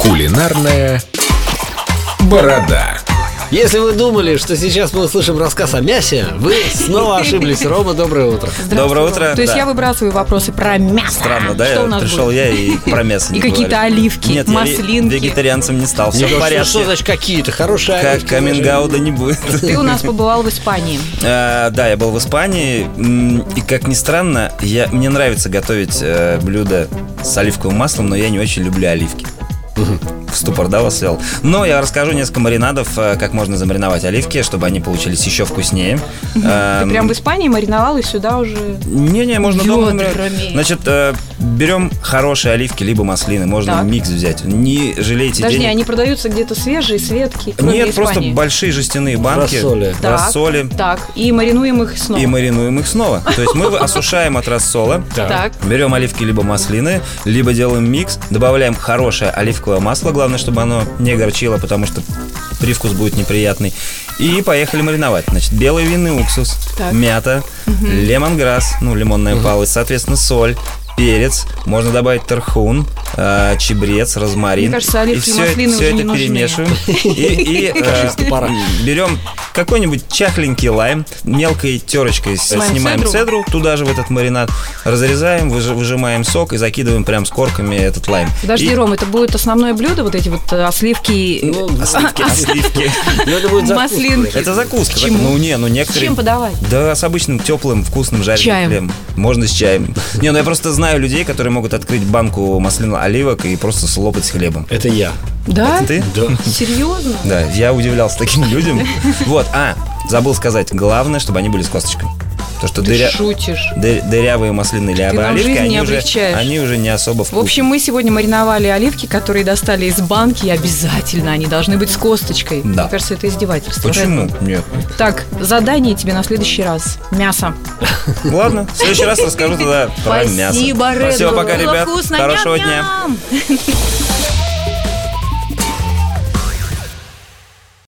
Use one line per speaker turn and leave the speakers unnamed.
Кулинарная борода.
Если вы думали, что сейчас мы услышим рассказ о мясе, вы снова ошиблись. Рома, доброе утро.
Здравствуй,
Доброе
Рома.
утро,
То есть
да.
я выбрасываю вопросы про мясо.
Странно, да?
Что у
я
нас
пришел
будет?
я и про мясо
И
не
какие-то
говорю.
оливки,
Нет, я ве-
маслинки.
вегетарианцем не стал. Все
Ну,
в
что, что
порядке.
значит какие-то хорошие
Как
оливки,
камингауда не будет.
Ты у нас побывал в Испании.
А, да, я был в Испании, м, и как ни странно, я, мне нравится готовить э, блюда с оливковым маслом, но я не очень люблю оливки. В ступор, да, вас свел? Но я расскажу несколько маринадов, э, как можно замариновать оливки, чтобы они получились еще вкуснее.
Ты
Эм,
прям в Испании мариновал и сюда уже...
Не-не, можно дома. например.
Ёдрами.
Значит, э, берем хорошие оливки, либо маслины. Можно
Так.
микс взять. Не жалейте
Подожди,
денег.
они продаются где-то свежие, светки, кроме
Нет, просто
Испании?
большие жестяные банки.
Рассоли.
Так,
Рассоли.
Так, и маринуем их снова.
И маринуем их снова. То есть мы осушаем от рассола.
Так,
Берем оливки либо маслины, либо делаем микс, добавляем хорошее оливковое масло, главное, чтобы оно не горчило, потому что привкус будет неприятный. И поехали мариновать. Значит, белый винный уксус,
Так.
мята, лемонграсс, ну, лимонная палочка, соответственно, соль, перец, можно добавить тархун, э, чебрец, розмарин.
Мне кажется, оливки
и
и
все,
маслины
все
уже не
это
нужны.
перемешиваем. И, и, э,
Как же из топора.
берем какой-нибудь чахленький лайм, мелкой терочкой с-
Лайм
снимаем
цедру?
цедру, туда же в этот маринад, разрезаем, выжи- выжимаем сок и закидываем прям с корками этот лайм.
подожди,
И-
Ром, это будет основное блюдо, вот эти вот э, осливки?
Ну,
А сливки? А сливки?
Ну, это будет закуска.
Маслинки.
Это закуска.
К чему?
Ну не, ну
С
некоторые.
чем подавать?
Да, с обычным теплым вкусным жареным
Чаем.
хлебом. Можно с чаем. Не, ну я просто знаю людей, которые могут открыть банку маслина оливок и просто слопать с хлебом.
Это я.
Да?
Ты?
Да.
Серьезно?
Да, я удивлялся таким людям. Вот, а, забыл сказать, главное, чтобы они были с косточкой. То, что
Ты
дыря-
шутишь.
дыр- дырявые маслины или
нам
оливки,
жизнь не
они уже,
облегчаешь.
они уже не особо
В
вкусные.
общем, мы сегодня мариновали оливки, которые достали из банки, и обязательно они должны быть с косточкой.
Да.
Мне кажется, это издевательство.
Почему? Нет.
Так, задание тебе на следующий раз. Мясо.
Ладно, в следующий раз расскажу тогда про мясо.
Спасибо, Рэд.
Все,
Было
пока, ребят.
вкусно.
Хорошего дня.
Ням-ням.